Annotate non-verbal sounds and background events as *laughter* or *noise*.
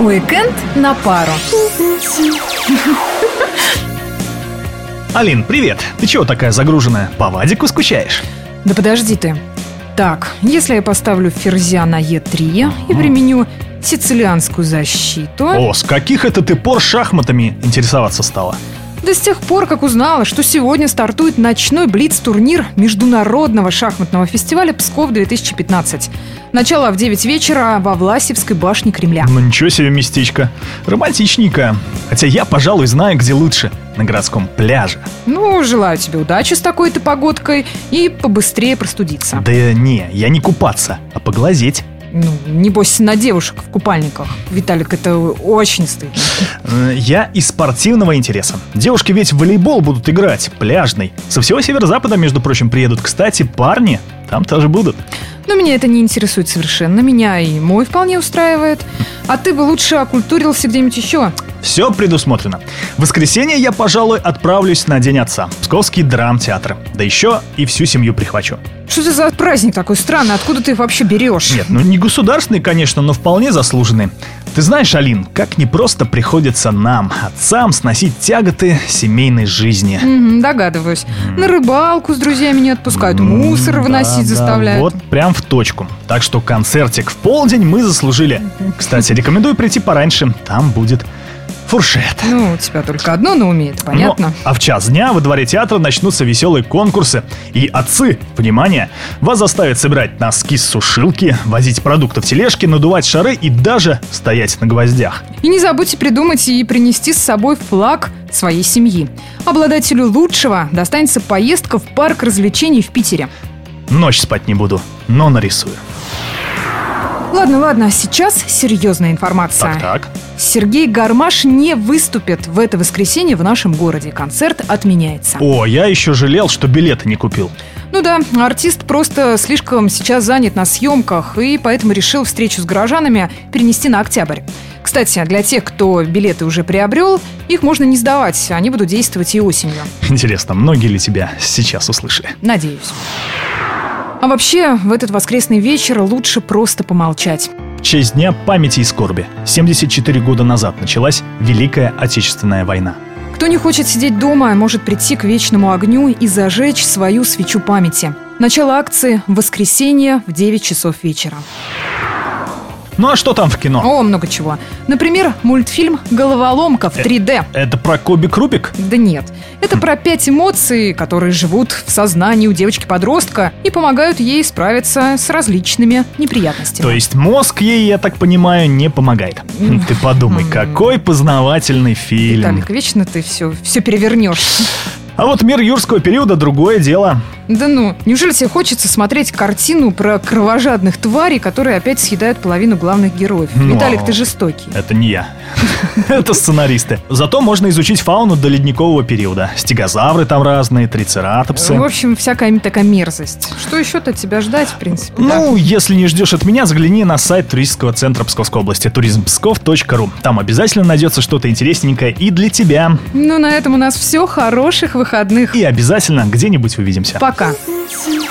Уикенд на пару. Алин, привет! Ты чего такая загруженная? По Вадику скучаешь? Да подожди ты. Так, если я поставлю ферзя на Е3 и Мгм. применю сицилианскую защиту, О, с каких это ты пор шахматами интересоваться стала? да с тех пор, как узнала, что сегодня стартует ночной блиц-турнир Международного шахматного фестиваля «Псков-2015». Начало в 9 вечера во Власевской башне Кремля. Ну ничего себе местечко. Романтичненько. Хотя я, пожалуй, знаю, где лучше. На городском пляже. Ну, желаю тебе удачи с такой-то погодкой и побыстрее простудиться. Да не, я не купаться, а поглазеть. Ну, небось, на девушек в купальниках. Виталик, это очень стыдно. Э, Я из спортивного интереса. Девушки ведь в волейбол будут играть, пляжный. Со всего северо-запада, между прочим, приедут. Кстати, парни там тоже будут. Но меня это не интересует совершенно. Меня и мой вполне устраивает. А ты бы лучше окультурился где-нибудь еще. Все предусмотрено. В воскресенье я, пожалуй, отправлюсь на День Отца. Псковский драмтеатр. Да еще и всю семью прихвачу. Что это за праздник такой странный? Откуда ты их вообще берешь? Нет, ну не государственный, конечно, но вполне заслуженный. Ты знаешь, Алин, как непросто приходится нам, отцам, сносить тяготы семейной жизни. Мгм, догадываюсь. На рыбалку с друзьями не отпускают, мусор М, да, выносить да, заставляют. вот прям в точку. Так что концертик в полдень мы заслужили. Кстати, рекомендую прийти пораньше, там будет фуршет. Ну, у тебя только одно на уме, это понятно. Ну, а в час дня во дворе театра начнутся веселые конкурсы. И отцы, внимание, вас заставят собирать носки с сушилки, возить продукты в тележке, надувать шары и даже стоять на гвоздях. И не забудьте придумать и принести с собой флаг своей семьи. Обладателю лучшего достанется поездка в парк развлечений в Питере. Ночь спать не буду, но нарисую. Ладно, ладно, сейчас серьезная информация. Так, так. Сергей Гармаш не выступит в это воскресенье в нашем городе. Концерт отменяется. О, я еще жалел, что билеты не купил. Ну да, артист просто слишком сейчас занят на съемках и поэтому решил встречу с горожанами перенести на октябрь. Кстати, для тех, кто билеты уже приобрел, их можно не сдавать, они будут действовать и осенью. Интересно, многие ли тебя сейчас услышали? Надеюсь. А вообще, в этот воскресный вечер лучше просто помолчать. В честь Дня памяти и скорби 74 года назад началась Великая Отечественная война. Кто не хочет сидеть дома, может прийти к вечному огню и зажечь свою свечу памяти. Начало акции – воскресенье в 9 часов вечера. Ну а что там в кино? О, много чего. Например, мультфильм «Головоломка» Э. в 3D. Это про Кубик Рубик? Да нет. Это про пять эмоций, которые живут в сознании у девочки-подростка и помогают ей справиться с различными неприятностями. То есть мозг ей, я так понимаю, не помогает. Хм, Ты подумай, какой познавательный фильм. Виталик, вечно ты все, все перевернешь. А вот мир юрского периода другое дело. Да ну, неужели тебе хочется смотреть картину про кровожадных тварей, которые опять съедают половину главных героев? Ну, Виталик, а- ты жестокий. Это *laughs* не я. Это сценаристы. Зато можно изучить фауну до ледникового периода. Стегозавры там разные, трицератопсы. В общем, всякая такая мерзость. Что еще-то от тебя ждать, в принципе? да? Ну, если не ждешь от меня, загляни на сайт туристического центра Псковской области туризмпсков.ру. Там обязательно найдется что-то интересненькое и для тебя. Ну, на этом у нас все. Хороших выходных. И обязательно где-нибудь увидимся. Пока. Thank you.